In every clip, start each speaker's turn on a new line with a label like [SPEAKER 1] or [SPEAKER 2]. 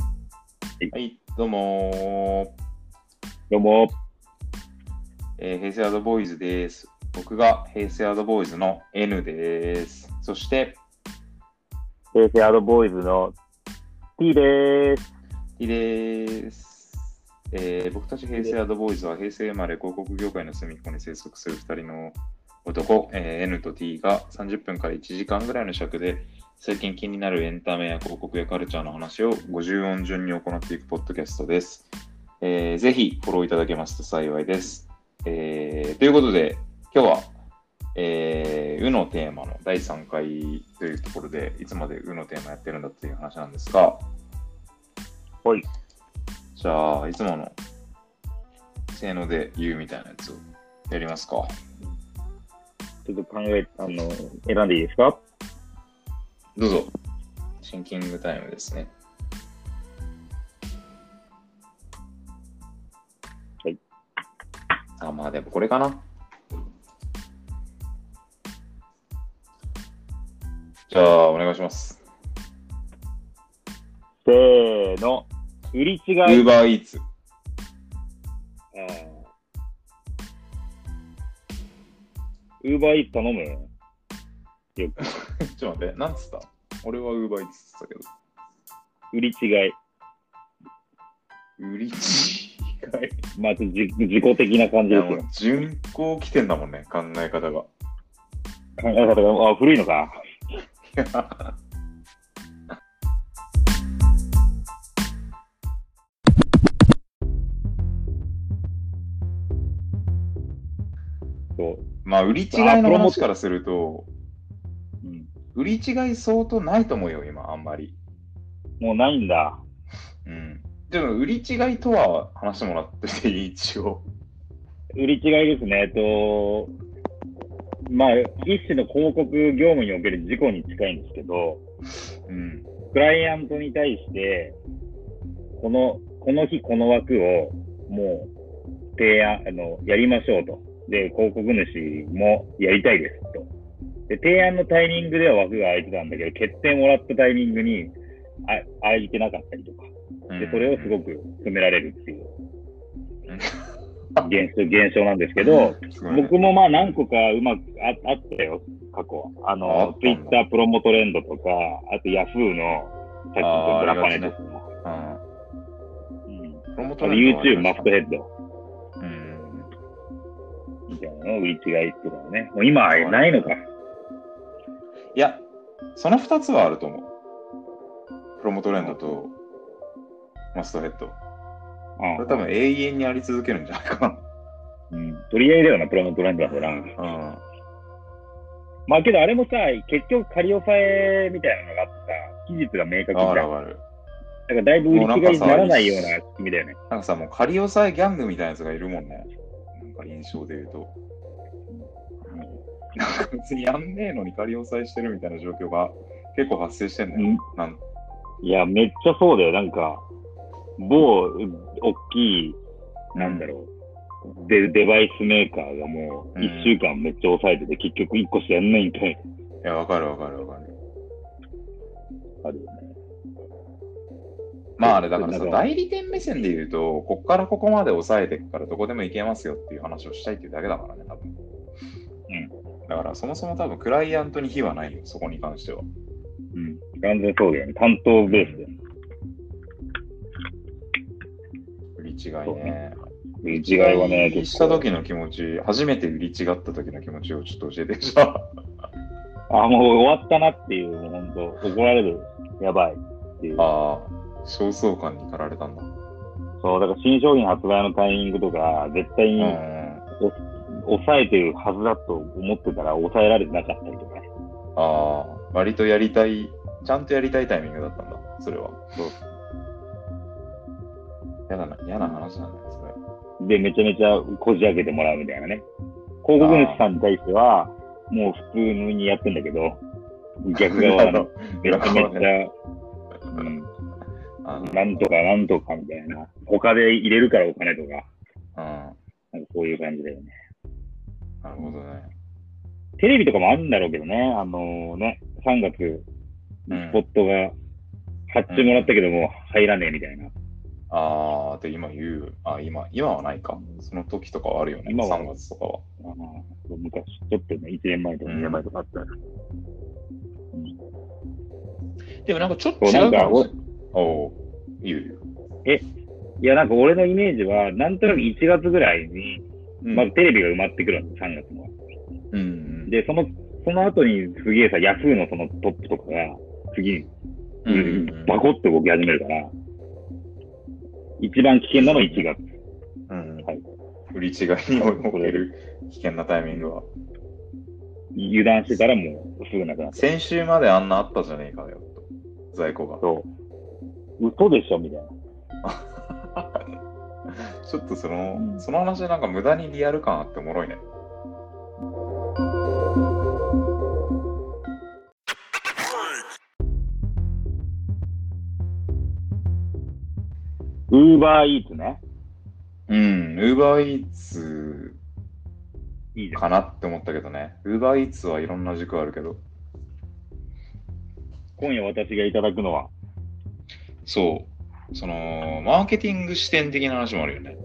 [SPEAKER 1] はい、どうも
[SPEAKER 2] どうも、
[SPEAKER 1] えー平成アドボーイズです。僕が平成アドボーイズの N です。そして、
[SPEAKER 2] 平成アドボーイズの T です。
[SPEAKER 1] T です。えー僕たち平成アドボーイズは平成生まれ広告業界の隅っこに生息する2人の男、えー N と T が30分から1時間ぐらいの尺で最近気になるエンタメや広告やカルチャーの話を50音順に行っていくポッドキャストです。えーぜひフォローいただけますと幸いです。えーということで、今日は、えー、うのテーマの第3回というところで、いつまでうのテーマやってるんだっていう話なんですが、
[SPEAKER 2] はい。
[SPEAKER 1] じゃあ、いつもの、せーので言うみたいなやつをやりますか。
[SPEAKER 2] ちょっと考え、あの、選んでいいですか
[SPEAKER 1] どうぞ。シンキングタイムですね。
[SPEAKER 2] はい。
[SPEAKER 1] あ、まあでもこれかな。じゃあ、お願いします。
[SPEAKER 2] せーの。売り違い。
[SPEAKER 1] ウーバーイーツ。
[SPEAKER 2] ウーバーイーツ頼むよく。
[SPEAKER 1] ちょっと待って、なんつった俺はウーバーイーツって言ってた
[SPEAKER 2] 売り違い。
[SPEAKER 1] けど。売り違い。
[SPEAKER 2] まあ、ちょっと自自己的な感
[SPEAKER 1] い
[SPEAKER 2] じ
[SPEAKER 1] や
[SPEAKER 2] です
[SPEAKER 1] も
[SPEAKER 2] よ
[SPEAKER 1] う。巡航起点だもんね、考え方が。
[SPEAKER 2] 考え方が、あ、古い のか。そう。
[SPEAKER 1] まあ、売り違いの話からすると、
[SPEAKER 2] うん、
[SPEAKER 1] 売り違い相当ないと思うよ、今、あんまり。
[SPEAKER 2] もうないんだ。
[SPEAKER 1] うん。でも、売り違いとは話してもらってていい、一応。
[SPEAKER 2] 売り違いですね。えっと、まあ、一種の広告業務における事故に近いんですけど、
[SPEAKER 1] うん。
[SPEAKER 2] クライアントに対して、この、この日この枠を、もう、提案、あの、やりましょうと。で、広告主もやりたいですと。で、提案のタイミングでは枠が空いてたんだけど、決定もらったタイミングに、あ、空いてなかったりとか。で、それをすご
[SPEAKER 1] く。
[SPEAKER 2] く詰められるっていう
[SPEAKER 1] うん、
[SPEAKER 2] 現象、現象なんですけど、
[SPEAKER 1] すごいね
[SPEAKER 2] 僕もまあ何個かうまくああったよ、過去は。あ
[SPEAKER 1] ああ
[SPEAKER 2] の
[SPEAKER 1] っ、
[SPEAKER 2] ツイ
[SPEAKER 1] たん
[SPEAKER 2] ッ
[SPEAKER 1] だ
[SPEAKER 2] タープロモトレンドとか、あとヤフーの、さっきのブラパネとか、
[SPEAKER 1] うん。
[SPEAKER 2] うん
[SPEAKER 1] プロモー
[SPEAKER 2] あと YouTube マップヘッド
[SPEAKER 1] ド。うん。
[SPEAKER 2] みたいなの売り違いとかね。もう今はないのか。
[SPEAKER 1] いや、その2つはあると思う。プロモトレンドとマストヘッド。これ多分永遠にあり続けるんじゃないか
[SPEAKER 2] うんうん、取り合いだよな、プロモトレンドだとな。
[SPEAKER 1] な。うん。
[SPEAKER 2] まあけどあれもさ、結局仮押さえみたいなのがあってさ、期日が明確じゃ
[SPEAKER 1] あ
[SPEAKER 2] ん。
[SPEAKER 1] る
[SPEAKER 2] だ
[SPEAKER 1] ある。
[SPEAKER 2] からだいぶ売り違いにならないような仕組みだよね。
[SPEAKER 1] なんかさ、もう仮押さえギャングみたいなやつがいるもんね。なんか印象で言うと。なんか別にやんねえのに仮押さえしてるみたいな状況が結構発生してん
[SPEAKER 2] う
[SPEAKER 1] ね
[SPEAKER 2] ん
[SPEAKER 1] なん
[SPEAKER 2] いや、めっちゃそうだよ。なんか、某、う大きい、なんだろう、でデバイスメーカーがもう、
[SPEAKER 1] うん
[SPEAKER 2] 1週間めっちゃ抑えてて、結局1個しかやんないんかい。
[SPEAKER 1] いや、わかるわかるわかる。
[SPEAKER 2] あるよね。
[SPEAKER 1] まああれだから
[SPEAKER 2] そ
[SPEAKER 1] さ、
[SPEAKER 2] うだから
[SPEAKER 1] 代理店目線で言うと、こっからここまで抑えていくからどこでも行けますよっていう話をしたいっていうだけだからね、多分。うん。だからそもそも多分クライアントに非はないよ、そこに関しては。
[SPEAKER 2] うん。完全そうだよね。担当ベースだよね。
[SPEAKER 1] 売り違い
[SPEAKER 2] そう
[SPEAKER 1] ね
[SPEAKER 2] ね。売り違いはね、
[SPEAKER 1] 売り
[SPEAKER 2] 結
[SPEAKER 1] した
[SPEAKER 2] 構。
[SPEAKER 1] 時の気持ち、初めて売り違った時の気持ちをちょっと教えてじゃあ。
[SPEAKER 2] あ、もう終わったなっていう、もう本当怒られる。やばい。っていう。
[SPEAKER 1] ああ、焦燥感に駆られたんだ。
[SPEAKER 2] そう、だから新商品発売のタイミングとか、絶対に
[SPEAKER 1] うん。
[SPEAKER 2] 抑えてるはずだと思ってたら、抑えられてなかったりとか。
[SPEAKER 1] ああ、割とやりたい、ちゃんとやりたいタイミングだったんだ、それは。
[SPEAKER 2] そう
[SPEAKER 1] 嫌だな、嫌な話なんだね、それ。
[SPEAKER 2] で、めちゃめちゃこじ開けてもらうみたいなね。広告主さんに対しては、もう普通にやってんだけど、逆側 はねめち
[SPEAKER 1] 裏
[SPEAKER 2] ゃ
[SPEAKER 1] 側
[SPEAKER 2] め
[SPEAKER 1] ね
[SPEAKER 2] ちゃ、うん、
[SPEAKER 1] あの
[SPEAKER 2] なんとかなんとかみたいな。他で入れるからお金とか、
[SPEAKER 1] うん。
[SPEAKER 2] なんかそういう感じだよね。
[SPEAKER 1] なるほどね。
[SPEAKER 2] テレビとかもあるんだろうけどね、あのね、3月、
[SPEAKER 1] うん
[SPEAKER 2] スポットが発注もらったけども入らねえみたいな。
[SPEAKER 1] ああ、で、今言う、あ、今、今はないか。その時とかはあるよね。
[SPEAKER 2] 今は
[SPEAKER 1] 3月とかは。
[SPEAKER 2] あー昔、ちょっとね、1年前とか
[SPEAKER 1] うん
[SPEAKER 2] 2年前とかあったら、
[SPEAKER 1] でもなんかちょっと
[SPEAKER 2] そう
[SPEAKER 1] 違うかも
[SPEAKER 2] な
[SPEAKER 1] しれな
[SPEAKER 2] ん
[SPEAKER 1] い。おう言うよ。
[SPEAKER 2] いや、なんか俺のイメージは、なんとなく1月ぐらいに、
[SPEAKER 1] うん
[SPEAKER 2] まずテレビが埋まってくるんです、3月も。
[SPEAKER 1] うんうん。
[SPEAKER 2] で、その、その後にすげえさ、ヤフーのそのトップとかが、次に、
[SPEAKER 1] うんうん
[SPEAKER 2] バコッと動き始めるから、一番危険なのは1月。
[SPEAKER 1] うんうん
[SPEAKER 2] はい
[SPEAKER 1] 振り違いに追いかける危険なタイミングは。
[SPEAKER 2] 油断してたらもうすぐなくなっちゃう。
[SPEAKER 1] 先週まであんなあったじゃねえかよ、と在庫が。
[SPEAKER 2] そう。嘘でしょみたいな。
[SPEAKER 1] ちょっとその、
[SPEAKER 2] うん
[SPEAKER 1] その話なんか無駄にリアル感あっておもろいね。
[SPEAKER 2] ウーバーイーツね。
[SPEAKER 1] うん、ウーバーイーツ
[SPEAKER 2] いいじゃん。
[SPEAKER 1] かなって思ったけどね。ウーバーイーツはいろんな軸あるけど。
[SPEAKER 2] 今夜私がいただくのは、
[SPEAKER 1] そう。その、マーケティング視点的な話もあるよね。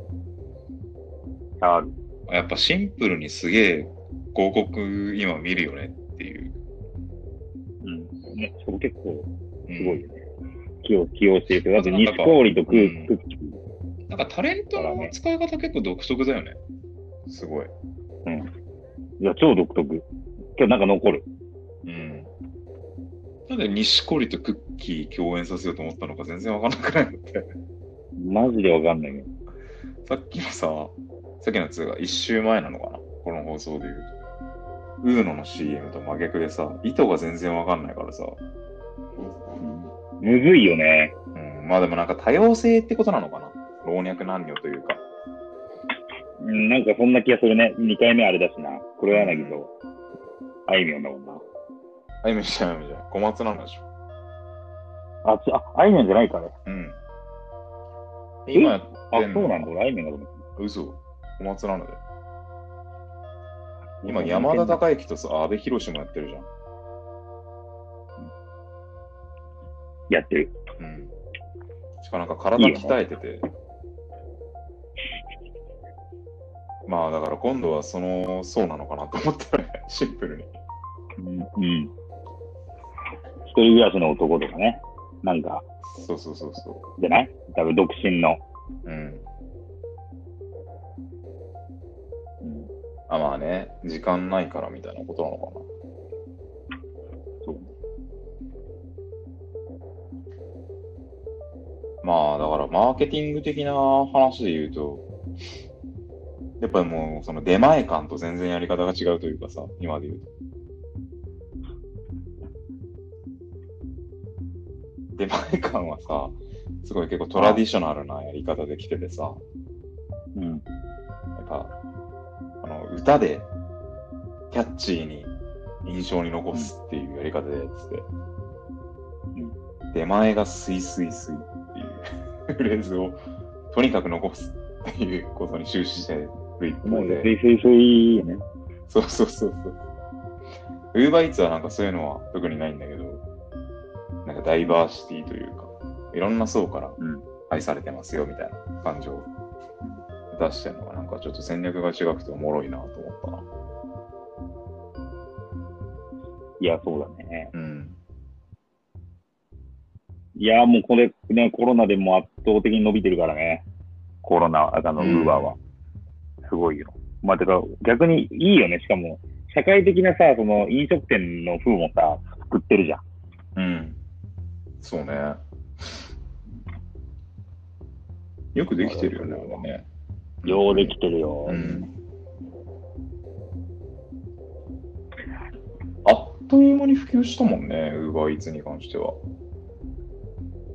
[SPEAKER 2] チャール。
[SPEAKER 1] やっぱシンプルにすげえ広告今見るよねっていう。
[SPEAKER 2] うん。ね、そこ結構
[SPEAKER 1] うん
[SPEAKER 2] すごいよね。起用、起用してるけど、だって
[SPEAKER 1] なんか
[SPEAKER 2] 西氷とク
[SPEAKER 1] う
[SPEAKER 2] ー
[SPEAKER 1] ん
[SPEAKER 2] クッキー。
[SPEAKER 1] なんかタレントの使い方結構独特だよね。すごい。
[SPEAKER 2] いや、超独特。今日なんか残る。
[SPEAKER 1] うん。なんで錦織とクッキー共演させようと思ったのか全然わかんなくないって。
[SPEAKER 2] マジでわかんないけど。
[SPEAKER 1] さっきのさ、さっきのやつが一周前なのかなこの放送で言うと。ウーノの CM と真逆でさ、意図が全然わかんないからさ。
[SPEAKER 2] むずいよね。
[SPEAKER 1] うん、まあでもなんか多様性ってことなのかな老若男女というか。
[SPEAKER 2] うんなんかそんな気がするね。2回目あれだしな。黒柳と、あいみょんだもんな。
[SPEAKER 1] あゆみちゃん、あゆみちゃん。小松なんでしょ。
[SPEAKER 2] あ、ちあ、あいみょんじゃないかね。
[SPEAKER 1] うん。
[SPEAKER 2] え
[SPEAKER 1] 今やっ
[SPEAKER 2] あ、
[SPEAKER 1] てんの
[SPEAKER 2] そうなんだ。俺、あいみょんだと思っ
[SPEAKER 1] 嘘。小松なので。
[SPEAKER 2] た
[SPEAKER 1] 今、山田孝之とさ、阿部寛もやってるじゃん。
[SPEAKER 2] やってる。
[SPEAKER 1] うん。しかもなんか体鍛えてて。まあだから今度はその、そうなのかなと思ったね。 シンプルに。
[SPEAKER 2] うん。うん一人暮らしの男とかね。なんか、
[SPEAKER 1] そうそうそうそ
[SPEAKER 2] じゃない多分独身の。
[SPEAKER 1] う。うん。
[SPEAKER 2] うん。
[SPEAKER 1] あ、まあね、時間ないからみたいなことなのかな。
[SPEAKER 2] そう。
[SPEAKER 1] まあだからマーケティング的な話で言うと、やっぱりもうその出前感と全然やり方が違うというかさ、今で言うと。出前感はさ、すごい結構トラディショナルなやり方で来ててさ、
[SPEAKER 2] うん。
[SPEAKER 1] やっぱ、あの、歌でキャッチーに印象に残すっていうやり方でやってて、出前がスイスイスイっていう フレーズをとにかく残すっていうことに終始してる一
[SPEAKER 2] も
[SPEAKER 1] 方
[SPEAKER 2] う、
[SPEAKER 1] で
[SPEAKER 2] す、いすいすいよね。
[SPEAKER 1] そうそうそうそう。ウーバーイーツはなんかそういうのは特にないんだけど、なんかダイバーシティというか、いろんな層から
[SPEAKER 2] うん
[SPEAKER 1] 愛されてますよみたいな感情を出してるのがなんかちょっと戦略が違くておもろいなと思っ
[SPEAKER 2] いや、そうだね。
[SPEAKER 1] たな。うん。
[SPEAKER 2] いや、もうこれね、コロナでもう圧倒的に伸びてるからね。コロナ、あの、ウ
[SPEAKER 1] うん
[SPEAKER 2] ーバーは。すごいよ。まあ、てか、逆にいいよね。しかも、社会的なさ、その、飲食店の風もさ、作ってるじゃん。
[SPEAKER 1] うん。そうね。よくできてるよね、あれね。
[SPEAKER 2] ようできてるよ。
[SPEAKER 1] うんあっという間に普及したもんね、ウーバーイーツに関しては。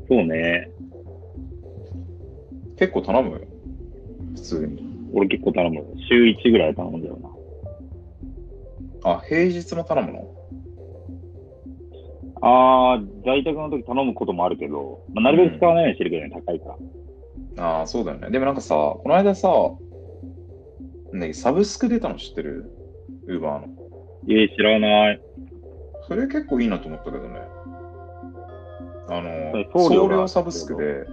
[SPEAKER 2] そうね。
[SPEAKER 1] 結構頼むよ。普通に。
[SPEAKER 2] 俺結構頼むよ。週1ぐらい頼んだよな。
[SPEAKER 1] あ、平日も頼むの
[SPEAKER 2] あー、在宅の時頼むこともあるけど、まあ、なるべく使わないようにしてるけどね、高いから。
[SPEAKER 1] ああ、そうだよね。でもなんかさ、この間さ、なんだっけサブスク出たの知ってるウーバーの。
[SPEAKER 2] えー、知らない。
[SPEAKER 1] それ結構いいなと思ったけどね。あの、
[SPEAKER 2] 送
[SPEAKER 1] 送
[SPEAKER 2] 料が
[SPEAKER 1] 料サブスクで、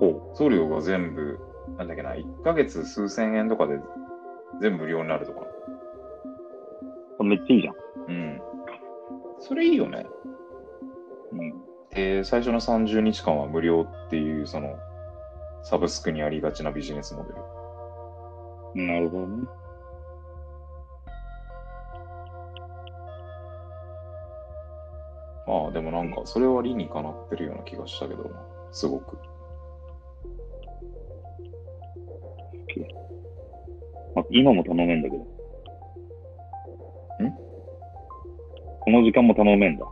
[SPEAKER 2] ほ
[SPEAKER 1] 送料が全部、なんだっけな、1ヶ月数千円とかで全部無料になるとか。
[SPEAKER 2] う。めっちゃいいじゃん。
[SPEAKER 1] うん。それいいよね。
[SPEAKER 2] うん。
[SPEAKER 1] で、最初の30日間は無料っていう、その、サブスクにありがちなビジネスモデル。
[SPEAKER 2] なるほどね。
[SPEAKER 1] まあでもなんか、それは理にかなってるような気がしたけどな、すごく。
[SPEAKER 2] まあ、今も頼めんだけど。
[SPEAKER 1] ん
[SPEAKER 2] この時間も頼めんだ。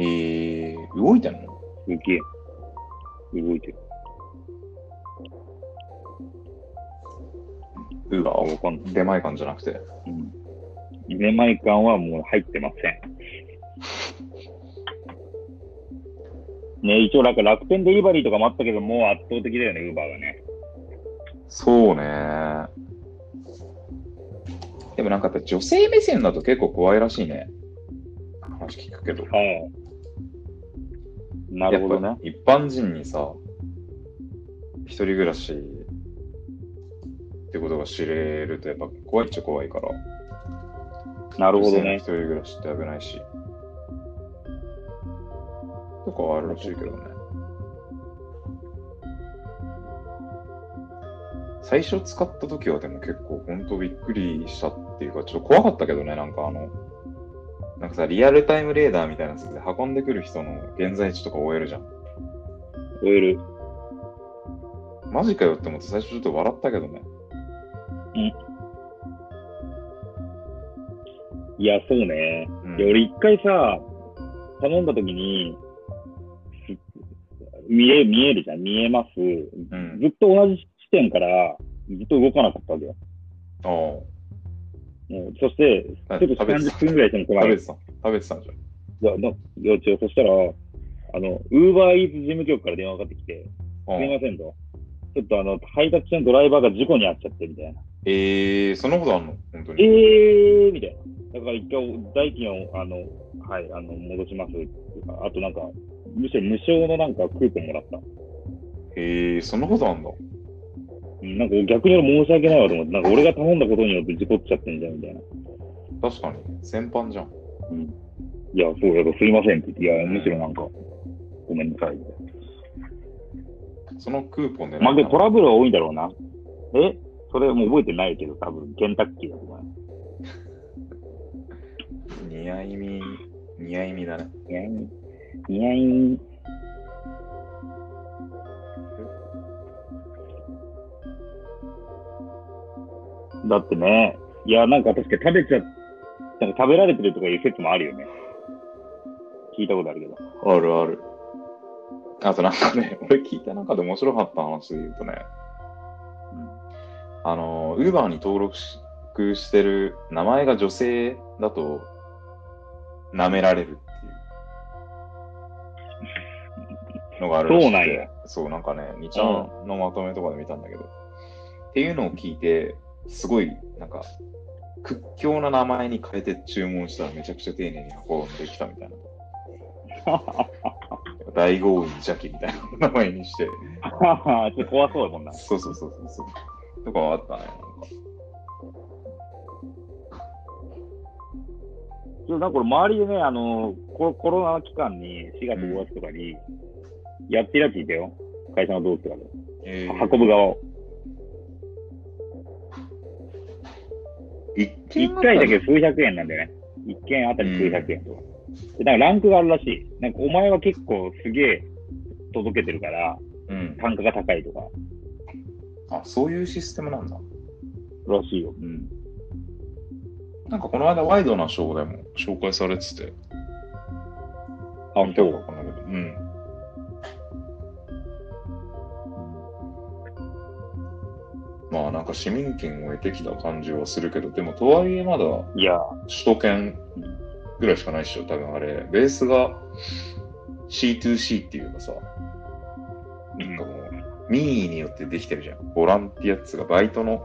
[SPEAKER 1] ええー、動いてんの
[SPEAKER 2] すげえ。動いてる。
[SPEAKER 1] うが
[SPEAKER 2] あ、、わかんない。
[SPEAKER 1] 出前感じゃなくて。
[SPEAKER 2] うん。出前館はもう入ってません。ね、一応なんか楽天デリバリーとかもあったけど、もう圧倒的だよね、ウーバーがね。
[SPEAKER 1] そうね。でもなんかやっぱ女性目線だと結構怖いらしいね。話聞くけど。
[SPEAKER 2] ああ。なるほど
[SPEAKER 1] やっ
[SPEAKER 2] ね
[SPEAKER 1] ぱ。一般人にさ、一人暮らしってことが知れるとやっぱ怖いっちゃ怖いから。
[SPEAKER 2] なるほど
[SPEAKER 1] 女性の一
[SPEAKER 2] ね。
[SPEAKER 1] 人暮らしって危ないし。とかはあるらしいけどね。最初使った時はでも結構本当びっくりしたっていうか、ちょっと怖かったけどね、なんかあの、なんかさ、リアルタイムレーダーみたいなやつで運んでくる人の現在地とか終えるじゃん。
[SPEAKER 2] オイル。
[SPEAKER 1] マジかよって思って最初ちょっと笑ったけどね。
[SPEAKER 2] いや、そうね。
[SPEAKER 1] うん
[SPEAKER 2] いや、俺一回さ、頼んだ時に、す見え、見えるじゃん。見えます。ず
[SPEAKER 1] うん。
[SPEAKER 2] っと同じ地点から、ずっと動かなかったわけよ。
[SPEAKER 1] あ
[SPEAKER 2] もうそして、
[SPEAKER 1] あ。
[SPEAKER 2] ちょっと
[SPEAKER 1] 食べてた。
[SPEAKER 2] 30分ぐらいしても来な
[SPEAKER 1] 食
[SPEAKER 2] い
[SPEAKER 1] べ。てた。食べてたんじゃん。
[SPEAKER 2] いや、な、幼稚園、そしたら、あの、ウーバーイーツ事務局から電話がかかってきて、
[SPEAKER 1] う
[SPEAKER 2] すみ
[SPEAKER 1] ん
[SPEAKER 2] ませんと。ちょっとあの、配達中のドライバーが事故に遭っちゃって、みたいな。
[SPEAKER 1] えー、そんなことあんの本当に。
[SPEAKER 2] えーみたいな。だから一回、代金を、あの、はい、あの、戻しますっていうか。あとなんか、むしろ無償のなんかクーポンもらった。
[SPEAKER 1] えー、そんなことあんだ。
[SPEAKER 2] うんなんか逆に俺申し訳ないわと思って、なんか俺が頼んだことによって事故っちゃってんじゃん、みたいな。
[SPEAKER 1] 確かに、先般じゃん。
[SPEAKER 2] いや、そう、だからすいませんって言って、いや、むしろなんか、ごめんなさい、みたいな。
[SPEAKER 1] そのクーポンで
[SPEAKER 2] まあ、
[SPEAKER 1] なんか
[SPEAKER 2] でトラブルは多いんだろうな。えそれもう覚えてないけど、多分、ケンタッキーだと思う。
[SPEAKER 1] 似合い身、似合い身だね。
[SPEAKER 2] いやいい、いやいい。だってね、いや、なんか確かに食べちゃ、なんか食べられてるとかいう説もあるよね。聞いたことあるけど。
[SPEAKER 1] あるある。あとなんかね、 俺聞いた中で面白かった話で言うとね、あの、ウーバーに登録ししてる名前が女性だと、舐められるっていうのがあるらしくて
[SPEAKER 2] そうなんや
[SPEAKER 1] そう、なんかね、2ちゃんのまとめとかで見たんだけど、っていうのを聞いて、すごい、なんか、屈強な名前に変えて注文したらめちゃくちゃ丁寧に運んできたみたいな。 大豪院邪気みたいな名前にして。
[SPEAKER 2] ははちょっと怖そうだもんな。
[SPEAKER 1] そうそうそうそうそう。とかはあったね。
[SPEAKER 2] いや、なんかこれ周りでね、あの、ココロナ期間に、4月5月とかに、やってるやついたよ。会社の同期とかで。
[SPEAKER 1] え
[SPEAKER 2] 運ぶ側を。
[SPEAKER 1] 一
[SPEAKER 2] 一
[SPEAKER 1] 件
[SPEAKER 2] 回だけ数百円なんだよね。一件あたり数百円とか。で、なんかランクがあるらしい。なんかお前は結構すげえ届けてるから、
[SPEAKER 1] うん。
[SPEAKER 2] 単価が高いとか、
[SPEAKER 1] あ、そういうシステムなんだ。
[SPEAKER 2] らしいよ。
[SPEAKER 1] うん。なんかこの間ワイドなショーでも紹介されてて、
[SPEAKER 2] あ、
[SPEAKER 1] あ
[SPEAKER 2] そ
[SPEAKER 1] 見たか
[SPEAKER 2] う。
[SPEAKER 1] わかんないけど。うん。まあなんか市民権を得てきた感じはするけど、でもとはいえまだ
[SPEAKER 2] いや、
[SPEAKER 1] 首都圏ぐらいしかないっしょ、多分あれ。ベースが C2C っていうかさ、なんかもう、民意によってできてるじゃん。ボランティアっつうか、バイトの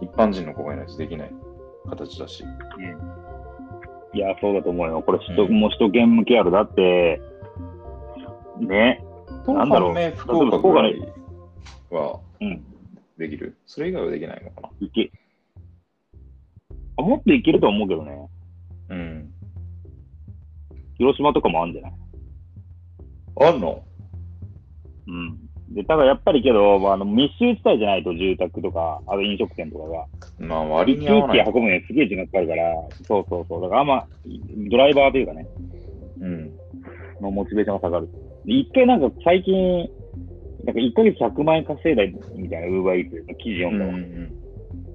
[SPEAKER 1] 一般人の子がいないとできない形だし。
[SPEAKER 2] いや、そうだと思うよ。これ、首
[SPEAKER 1] う
[SPEAKER 2] 都、
[SPEAKER 1] ん
[SPEAKER 2] もう首都圏向けある。だって、ね、
[SPEAKER 1] と
[SPEAKER 2] なんだろう
[SPEAKER 1] 反面福岡ぐらいは
[SPEAKER 2] うん。
[SPEAKER 1] できる。それ以外はできないのか
[SPEAKER 2] いけ。あ、もっといけるとは思うけどね。
[SPEAKER 1] な。うん。
[SPEAKER 2] 広島とかもあるんじゃない
[SPEAKER 1] あんの
[SPEAKER 2] うん。で、ただやっぱりけど、まあ、あの密集地帯じゃないと住宅とか、あと飲食店とかが。
[SPEAKER 1] まあ割に合
[SPEAKER 2] 空
[SPEAKER 1] わな
[SPEAKER 2] 気
[SPEAKER 1] い。
[SPEAKER 2] 運ぶのにすげえ時間かかるから、そうそうそう。だからあんま、ドライバーというかね、
[SPEAKER 1] うん。
[SPEAKER 2] のモチベーションが下がる。で一回なんか最近、なんか1ヶ月100万円稼いだみたいな、ウーバーイーツの記事
[SPEAKER 1] う
[SPEAKER 2] 読ん
[SPEAKER 1] ん
[SPEAKER 2] だ
[SPEAKER 1] う
[SPEAKER 2] わ。
[SPEAKER 1] ん
[SPEAKER 2] だ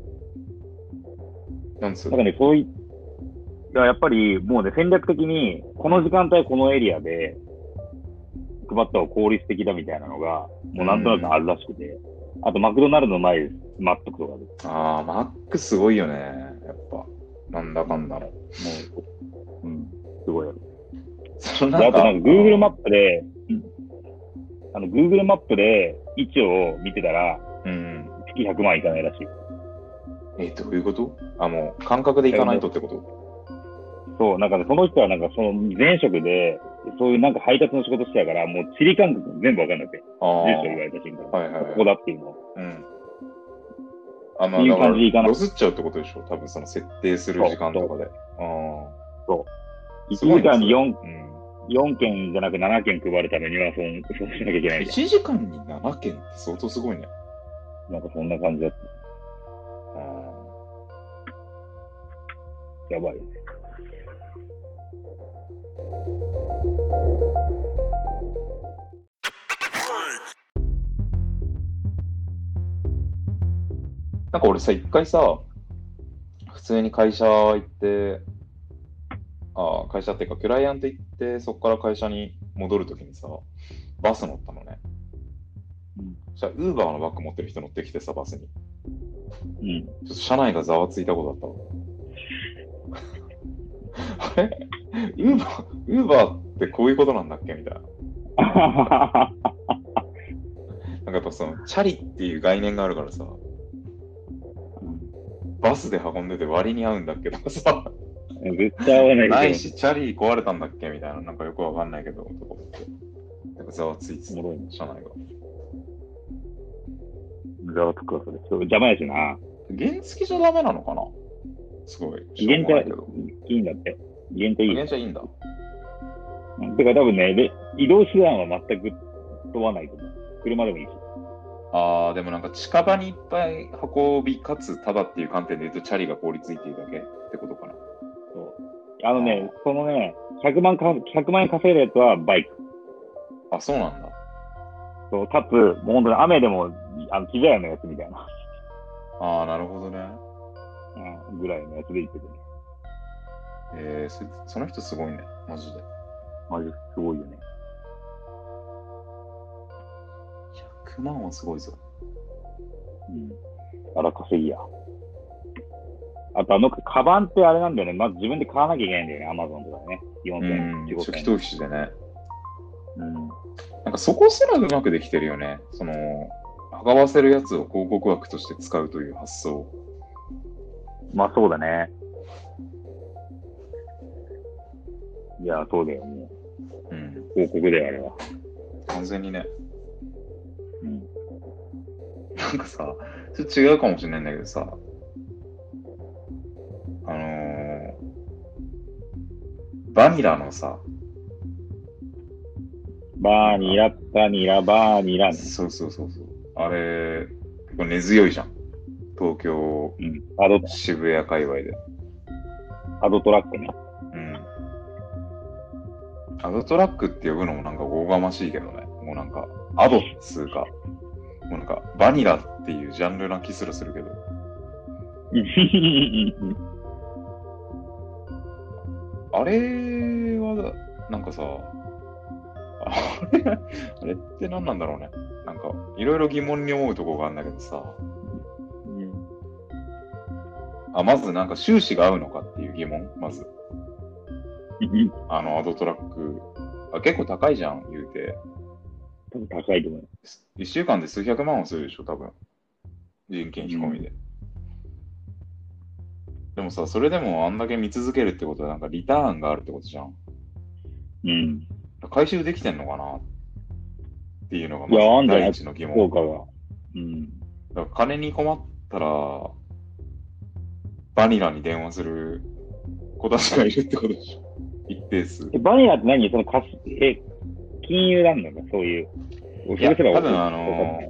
[SPEAKER 1] うん。なんつう
[SPEAKER 2] からね、そういだからやっぱりもうね、戦略的に、この時間帯このエリアで配った方が効率的だみたいなのが、もうなんとなくあるらしくて。あと、マクドナルドの前で待っとくとかで。
[SPEAKER 1] ああ、マックすごいよね。やっぱ。なんだかんだの。
[SPEAKER 2] もう、うん、すごいやる。
[SPEAKER 1] その
[SPEAKER 2] であとなんか Google マップで、あの Google マップで位置を見てたら、
[SPEAKER 1] うん。
[SPEAKER 2] 月100万いかないらしい。
[SPEAKER 1] え、どういうことあ、もう感覚でいかないとってこと
[SPEAKER 2] そう、なんかね、その人はなんかその前職で、そういうなんか配達の仕事してたから、もう地理感覚全部わかんなくて、
[SPEAKER 1] ああ。は
[SPEAKER 2] 住所
[SPEAKER 1] い
[SPEAKER 2] 言われた瞬間、
[SPEAKER 1] はいはい。
[SPEAKER 2] ここだっていうの。
[SPEAKER 1] うん。あ、ま
[SPEAKER 2] っていう感じでいかない
[SPEAKER 1] ロスっちゃうってことでしょ多分その設定する時間とかで。あ
[SPEAKER 2] 1時間に 4,
[SPEAKER 1] あ。うん。
[SPEAKER 2] 4件じゃなく7件配るためには、そうそうしなきゃいけないじ
[SPEAKER 1] 1時間に7件って相当すごいね。
[SPEAKER 2] ゃん。なんかそんな感じだった。やばいよね。
[SPEAKER 1] なんか俺さ、一回さ、普通に会社行って、ああ、会社っていうか、クライアント行って、そこから会社に戻るときにさ、バス乗ったのね。
[SPEAKER 2] うん
[SPEAKER 1] じゃウーバーのバッグ持ってる人乗ってきてさ、バスに。ち
[SPEAKER 2] うん。
[SPEAKER 1] ょっと車内がざわついたことだったわ。あ れウーバー、ウーバーってこういうことなんだっけみたいな。なんかやっぱその、チャリっていう概念があるからさ、バスで運んでて割に合うんだけどさ。
[SPEAKER 2] 絶対合わないけど
[SPEAKER 1] ないし、チャリ壊れたんだっけみたいな、なんかよくわかんないけど、とか思って。なんかざわついて
[SPEAKER 2] お
[SPEAKER 1] た、
[SPEAKER 2] もろいね
[SPEAKER 1] 車内が。
[SPEAKER 2] ざわつくわ、それ。そう邪魔やしな。
[SPEAKER 1] 原付じゃダメなのかなすごい。
[SPEAKER 2] 限
[SPEAKER 1] しょうがない
[SPEAKER 2] 定
[SPEAKER 1] けど。
[SPEAKER 2] いいんだって。限定いい。
[SPEAKER 1] 原付いいんだ。
[SPEAKER 2] うんてか多分ね、で移動手段は全く問わないと思う。車でもいいし。
[SPEAKER 1] あー、でもなんか近場にいっぱい運び、かつただっていう観点で言うと、チャリが効率いいっていうだけってことかな。
[SPEAKER 2] そうあのね、そのね、100万か100万円稼いだやつはバイク。
[SPEAKER 1] あ、そうなんだ。
[SPEAKER 2] そうかつ、もう本当に雨でも、あの、機材のやつみたいな、
[SPEAKER 1] あー、なるほどね。
[SPEAKER 2] うん、ぐらいのやつで行っててね。
[SPEAKER 1] えー、そその人すごいね、マジで。
[SPEAKER 2] マジすごいよね。
[SPEAKER 1] 100万はすごいぞ。
[SPEAKER 2] うん。あら、稼ぎや。あと、あの、カバンってあれなんだよね。まず自分で買わなきゃいけないんだよね。アマゾンとかでね。
[SPEAKER 1] う
[SPEAKER 2] 4000円、
[SPEAKER 1] ん、初期投資でね。
[SPEAKER 2] うん。
[SPEAKER 1] なんかそこすらうまくできてるよね。その、運ばせるやつを広告枠として使うという発想。
[SPEAKER 2] まあそうだね。いや、そうだよ、も
[SPEAKER 1] うん
[SPEAKER 2] う。。広告だよ、あれは。
[SPEAKER 1] 完全にね。
[SPEAKER 2] うん。
[SPEAKER 1] なんかさ、ちょっと違うかもしれないんだけどさ、あのー、バニラのさ、
[SPEAKER 2] バーニラ、バニラ、バーニラね。
[SPEAKER 1] そうそうそうそう。あれ、結構根強いじゃん。東京、
[SPEAKER 2] うん。アド、
[SPEAKER 1] 渋谷界隈で。
[SPEAKER 2] アドトラックね。
[SPEAKER 1] うん。アドトラックって呼ぶのもなんかおこがましいけどね。もうなんか、アドっつうか、もうなんか、バニラっていうジャンルな気すらするけど。あれは、なんかさ、 あれ、あれって何なんだろうね。なんか、いろいろ疑問に思うとこがあるんだけどさ、あ、まずなんか収支が合うのかっていう疑問、まず。あの、アドトラック。あ結構高いじゃん、言うて。
[SPEAKER 2] 多分高いと思う。
[SPEAKER 1] 1週間で数百万はするでしょ、多分。人件費込みで。でもさ、それでもあんだけ見続けるってことは、なんかリターンがあるってことじゃん。
[SPEAKER 2] うん。
[SPEAKER 1] 回収できてんのかなっていうのが
[SPEAKER 2] いやあん
[SPEAKER 1] まあ
[SPEAKER 2] じゃない
[SPEAKER 1] 第一の疑
[SPEAKER 2] 効
[SPEAKER 1] 問。
[SPEAKER 2] 果が。うん。
[SPEAKER 1] だから金に困ったら、バニラに電話する子たちがいるってことでしょ。一定数。
[SPEAKER 2] えバニラって何その貸し、え、金融なんだかそういう。
[SPEAKER 1] いや、多
[SPEAKER 2] 潰せば
[SPEAKER 1] 分あのー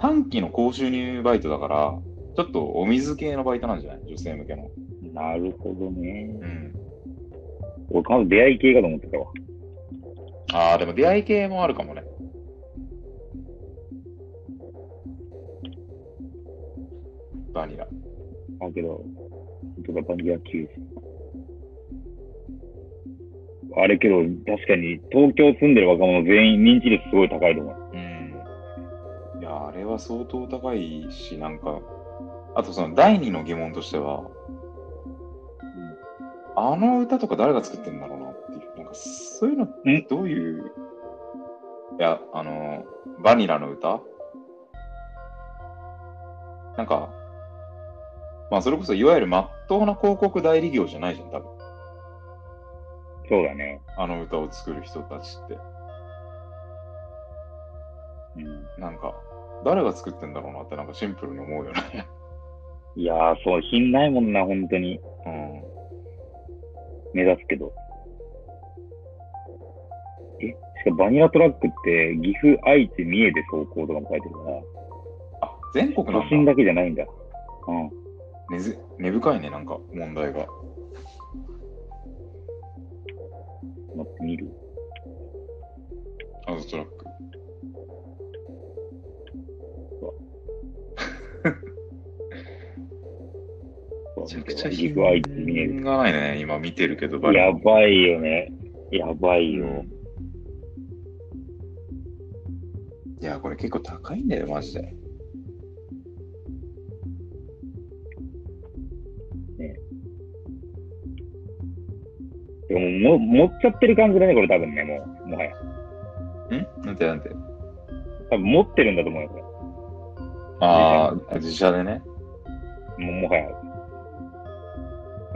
[SPEAKER 1] 短期の高収入バイトだから、ちょっとお水系のバイトなんじゃない女性向けの。
[SPEAKER 2] なるほどね。
[SPEAKER 1] うん。
[SPEAKER 2] 俺、まず出会い系かと思ってたわ。
[SPEAKER 1] ああ、でも出会い系もあるかもね。バニラ。
[SPEAKER 2] だけど、本当だ、バニラ休日。あれけど、確かに、東京住んでる若者全員認知率すごい高いと思う。
[SPEAKER 1] うん。いや、あれは相当高いし、なんか、あとその第二の疑問としては、あの歌とか誰が作ってんだろうなっていう、なんかそういうのって
[SPEAKER 2] ん
[SPEAKER 1] どういう、いや、あの、バニラの歌なんか、まあそれこそいわゆる真っ当な広告代理業じゃないじゃん、多分。
[SPEAKER 2] そうだね。
[SPEAKER 1] あの歌を作る人たちって。
[SPEAKER 2] うん。
[SPEAKER 1] なんか、誰が作ってんだろうなってなんかシンプルに思うよね。
[SPEAKER 2] いやー、そう、品ないもんな、本当に。
[SPEAKER 1] うん。
[SPEAKER 2] 目立つけど。え、しかもバニラトラックって、岐阜、愛知、三重で走行とかも書いてるから。
[SPEAKER 1] あ、全国
[SPEAKER 2] 都
[SPEAKER 1] なん
[SPEAKER 2] 心
[SPEAKER 1] だ。
[SPEAKER 2] だけじゃないんだ。うん。
[SPEAKER 1] 根ず根深いね、なんか問題が。
[SPEAKER 2] 待ってみる。
[SPEAKER 1] アウトトラック。めちゃくちゃ
[SPEAKER 2] 岐
[SPEAKER 1] 品
[SPEAKER 2] 阜、愛知、三重。
[SPEAKER 1] がないね、今見てるけど、バニラ
[SPEAKER 2] やばいよね。やばいよ。
[SPEAKER 1] いや、これ結構高いんだよ、マジで。
[SPEAKER 2] でもも、持っちゃってる感じだね、これ多分ね、もう、もはや。
[SPEAKER 1] んなんてなんて。
[SPEAKER 2] 多分持ってるんだと思うよ、こ
[SPEAKER 1] ああ、自社でね。
[SPEAKER 2] れ。もう、もはや。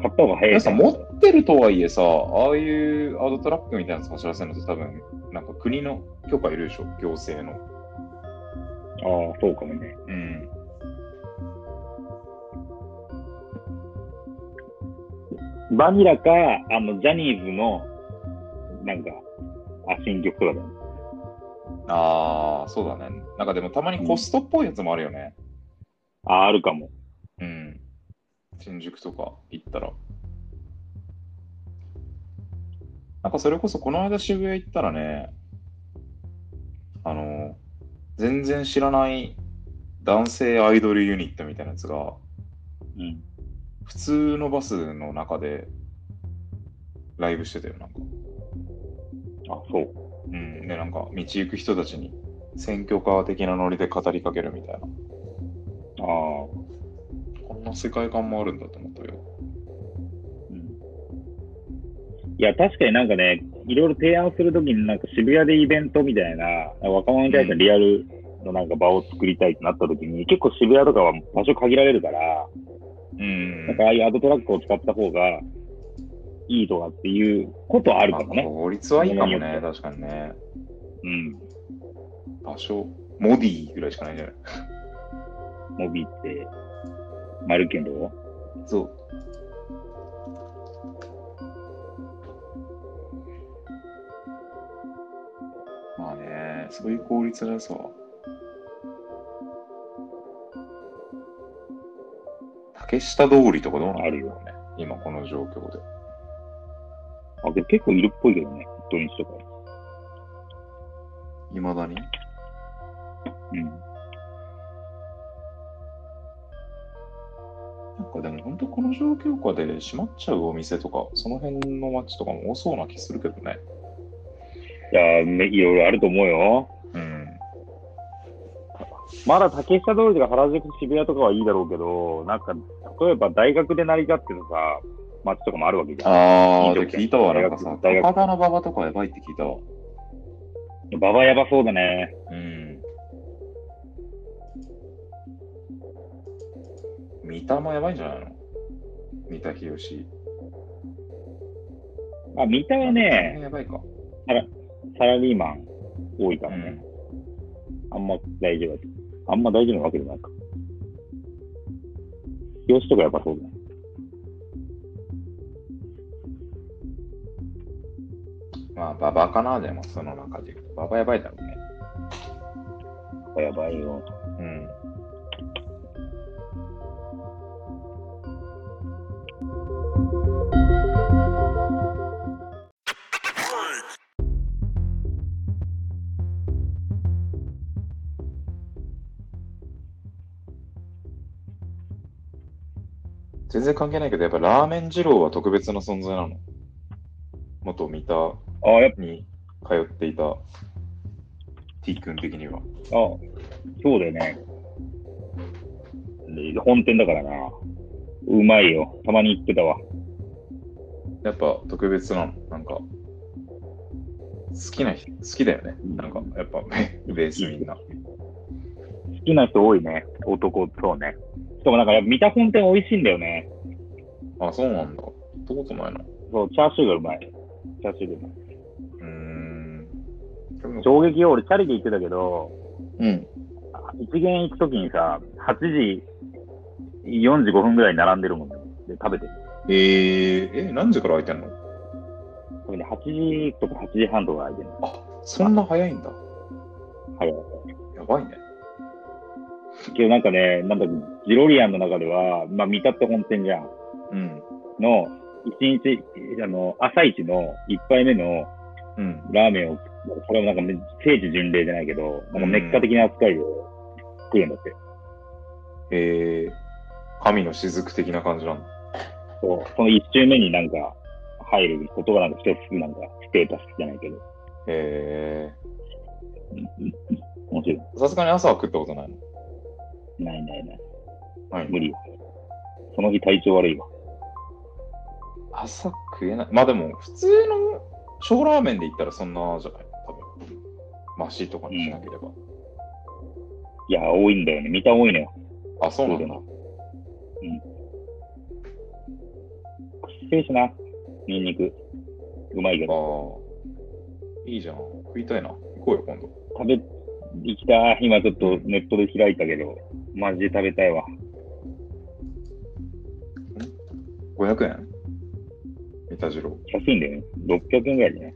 [SPEAKER 2] 買った方が早
[SPEAKER 1] 皆
[SPEAKER 2] い
[SPEAKER 1] さ
[SPEAKER 2] と
[SPEAKER 1] ん
[SPEAKER 2] 思
[SPEAKER 1] 持
[SPEAKER 2] う。
[SPEAKER 1] ってるとはいえさ、ああいうアウトトラックみたいなやつ走らせるのって多分、なんか国の許可いるでしょ、行政の。
[SPEAKER 2] ああ、そうかもね。
[SPEAKER 1] うん。
[SPEAKER 2] バニラか、あの、ジャニーズの、なんか、あ、新曲とかだね。
[SPEAKER 1] ああ、そうだね。なんかでもたまにコストっぽいやつもあるよね。
[SPEAKER 2] ああ、あるかも。
[SPEAKER 1] うん。新宿とか行ったら。なんかそれこそこの間渋谷行ったらね、あの、全然知らない男性アイドルユニットみたいなやつが、
[SPEAKER 2] うん。
[SPEAKER 1] 普通のバスの中でライブしてたよ、なんか。
[SPEAKER 2] あ、そう。
[SPEAKER 1] うん。で、なんか道行く人たちに選挙カー的なノリで語りかけるみたいな。
[SPEAKER 2] ああ。
[SPEAKER 1] こんな世界観もあるんだと思ったよ。
[SPEAKER 2] うん。いや、確かになんかね、いろいろ提案するときに、なんか渋谷でイベントみたいな、若者に対してのリアルのなんか場を作りたいってなったときに、結構渋谷とかは場所限られるから、
[SPEAKER 1] うん
[SPEAKER 2] なんかああいうアウトトラックを使った方がいいとかっていうことはあるかも
[SPEAKER 1] ま
[SPEAKER 2] ね。
[SPEAKER 1] 法律はいいかも
[SPEAKER 2] 物に
[SPEAKER 1] ね
[SPEAKER 2] よ、
[SPEAKER 1] 確かにね。
[SPEAKER 2] うん。
[SPEAKER 1] 場所、モディぐらいしかないんじゃない
[SPEAKER 2] モビーって、マルケンド
[SPEAKER 1] そう。まあね、そういう効率の良さは。竹下通りとかどうな
[SPEAKER 2] あ
[SPEAKER 1] る
[SPEAKER 2] る
[SPEAKER 1] よ
[SPEAKER 2] よ
[SPEAKER 1] ね、今この状況で。
[SPEAKER 2] あ、でも結構いるっぽいけどね。土日とか。
[SPEAKER 1] いまだに
[SPEAKER 2] うん。
[SPEAKER 1] なんかでも本当この状況下で閉まっちゃうお店とか、その辺の街とかも多そうな気するけどね。
[SPEAKER 2] いやー、めいろいろあると思うよ。
[SPEAKER 1] うん。
[SPEAKER 2] まだ竹下通りとか原宿渋谷とかはいいだろうけど、なんか、例えば大学で成り立ってるさ、街とかもあるわけじゃん。
[SPEAKER 1] ああ、
[SPEAKER 2] いい
[SPEAKER 1] で
[SPEAKER 2] 条件
[SPEAKER 1] 聞いたわ、なんかさ、
[SPEAKER 2] 大学
[SPEAKER 1] 高田の馬場とかやばいって聞いたわ。
[SPEAKER 2] ババやばそうだね。
[SPEAKER 1] うん。三田もやばいんじゃないの三田博士。
[SPEAKER 2] あ、三田はね、
[SPEAKER 1] やばいか。
[SPEAKER 2] サラリーマン多いからね。あんま大丈夫だけど。あんま大丈夫なわけでもないか。表紙とかやっぱそうだね。
[SPEAKER 1] まあ、ババアかな、でも、その中で言うと。ババアやばいだろうね。
[SPEAKER 2] これやばいよ。
[SPEAKER 1] うん。全然関係ないけど、やっぱラーメン二郎は特別な存在なの。元三田
[SPEAKER 2] ああ、やっ
[SPEAKER 1] に通っていた T 君的には。
[SPEAKER 2] ぱ、ああそうだよね。で本店だからな。うまいよ。たまに行ってたわ。
[SPEAKER 1] やっぱ特別なの。なんか、好きな人、好きだよね。なんか、やっぱ、 ベースみんな。
[SPEAKER 2] 好きな人多いね。男、そうね。しかもなんかやっぱ見た本店美味しいんだよね。
[SPEAKER 1] あ、そうなんだ。行ったことないな。う
[SPEAKER 2] そう、チャーシューがうまい。チャーシューがうまい。
[SPEAKER 1] ーん。
[SPEAKER 2] 衝撃よ、俺チャリで行ってたけど、
[SPEAKER 1] うん。
[SPEAKER 2] 一元行くときにさ、8時45分ぐらいに並んでるもんね。で、食べてる。
[SPEAKER 1] えー、え、何時から開いてんの
[SPEAKER 2] 特に8時とか8時半とか空いてるの。
[SPEAKER 1] そんな早いんだ。
[SPEAKER 2] 早い。
[SPEAKER 1] やばいね。
[SPEAKER 2] けどなんかね、なんだっけジロリアンの中では、まあ、三田って本店じゃん。
[SPEAKER 1] うん。
[SPEAKER 2] の、一日、あの、朝一の一杯目の
[SPEAKER 1] うん。
[SPEAKER 2] ラーメンを、これもなんかめ聖地巡礼じゃないけど、なんかメッカ的な扱いを食うんだって。
[SPEAKER 1] えー、神の雫的な感じなんだ。
[SPEAKER 2] そうその一周目になんか入ることがなんか一つなんかステータスじゃないけど、
[SPEAKER 1] え
[SPEAKER 2] 面白い。
[SPEAKER 1] ー、さすがに朝は食ったことないの。
[SPEAKER 2] ないないない。
[SPEAKER 1] ない
[SPEAKER 2] 無理よ。その日体調悪いわ。
[SPEAKER 1] 朝食えない。まあでも、普通の小ラーメンで言ったらそんなじゃない多分。マシとかにしなければ。
[SPEAKER 2] いや、多いんだよね。見た多いのよ。
[SPEAKER 1] あ、そうなんだ。
[SPEAKER 2] うん。くっせえしな。ニンニク。うまいけ
[SPEAKER 1] あ
[SPEAKER 2] ど。
[SPEAKER 1] あ。いいじゃん。食いたいな。行こうよ、今度。
[SPEAKER 2] 食べ、行きたい。今ちょっとネットで開いたけど、マジで食べたいわ。
[SPEAKER 1] 500円三田次郎。
[SPEAKER 2] 安いんだよね。600円ぐらいでね。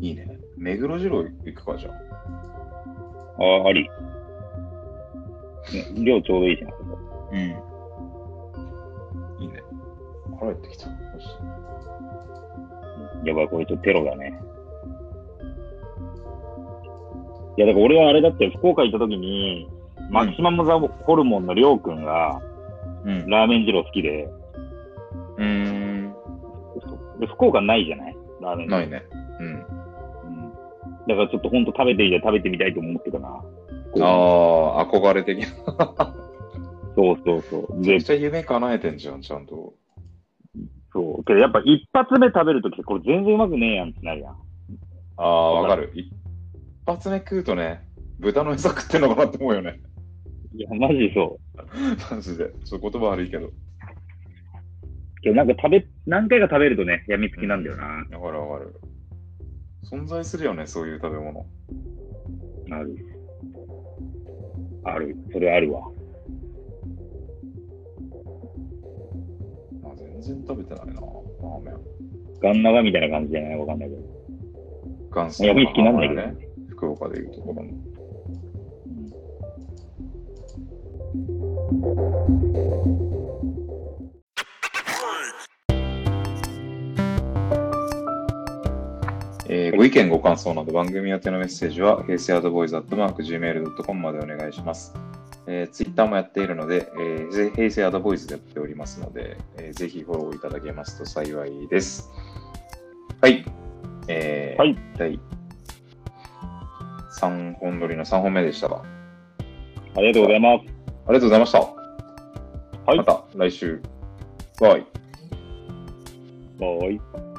[SPEAKER 1] いいね。目黒次郎行くか、じゃあ。
[SPEAKER 2] ああ、あり。ね量ちょうどいいじゃん。
[SPEAKER 1] うん。いいね。腹減ってきた。よし
[SPEAKER 2] やばい、これちょっとテロだね。いや、だから俺はあれだって、福岡行った時に、マキシマムザホルモンのりょうくんが、
[SPEAKER 1] うん。
[SPEAKER 2] ラーメン二郎好きで、
[SPEAKER 1] うーん。
[SPEAKER 2] で福岡ないじゃないラーメン二郎
[SPEAKER 1] ないね。うん。
[SPEAKER 2] うん。だからちょっとほんと食べてみたい、食べてみたいと思ってたな。
[SPEAKER 1] ああ、憧れ的 な。
[SPEAKER 2] そうそうそう。
[SPEAKER 1] め
[SPEAKER 2] で
[SPEAKER 1] っ、ちゃ夢叶えてんじゃん、ちゃんと。
[SPEAKER 2] そう。けどやっぱ一発目食べるときってこれ全然うまくねえやんってなるやん。
[SPEAKER 1] ああ、わか
[SPEAKER 2] わか
[SPEAKER 1] る。一発目食うとね、豚の餌食ってんのかなって思うよね。
[SPEAKER 2] いや、マジでそう。
[SPEAKER 1] マジで。ちょっと言葉悪いけど。
[SPEAKER 2] けどなんか食べ、何回か食べるとね、病みつきなんだよな。
[SPEAKER 1] わかるわかる。存在するよね、そういう食べ物。
[SPEAKER 2] ある。ある。それあるわ。
[SPEAKER 1] まあ、全然食べてないな。ラーメン。
[SPEAKER 2] ガンナガみたいな感じじゃないわかんないけど。
[SPEAKER 1] 元祖
[SPEAKER 2] いやウイスキーなんだけど
[SPEAKER 1] ね。福岡でいうところの。えーご意見、ご感想など番組宛てのメッセージは、平成アドボーイズアットマーク Gmail.com までお願いします。えー、ツイッターもやっているので、えーぜ平成アドボーイズでやっておりますので、えーぜひフォローいただけますと幸いです。はい。えー
[SPEAKER 2] はい
[SPEAKER 1] 第3本撮りの3本目でしたが、
[SPEAKER 2] ありがとうございます。
[SPEAKER 1] ありがとうございました。
[SPEAKER 2] はい
[SPEAKER 1] また来週。バイ。
[SPEAKER 2] バイ。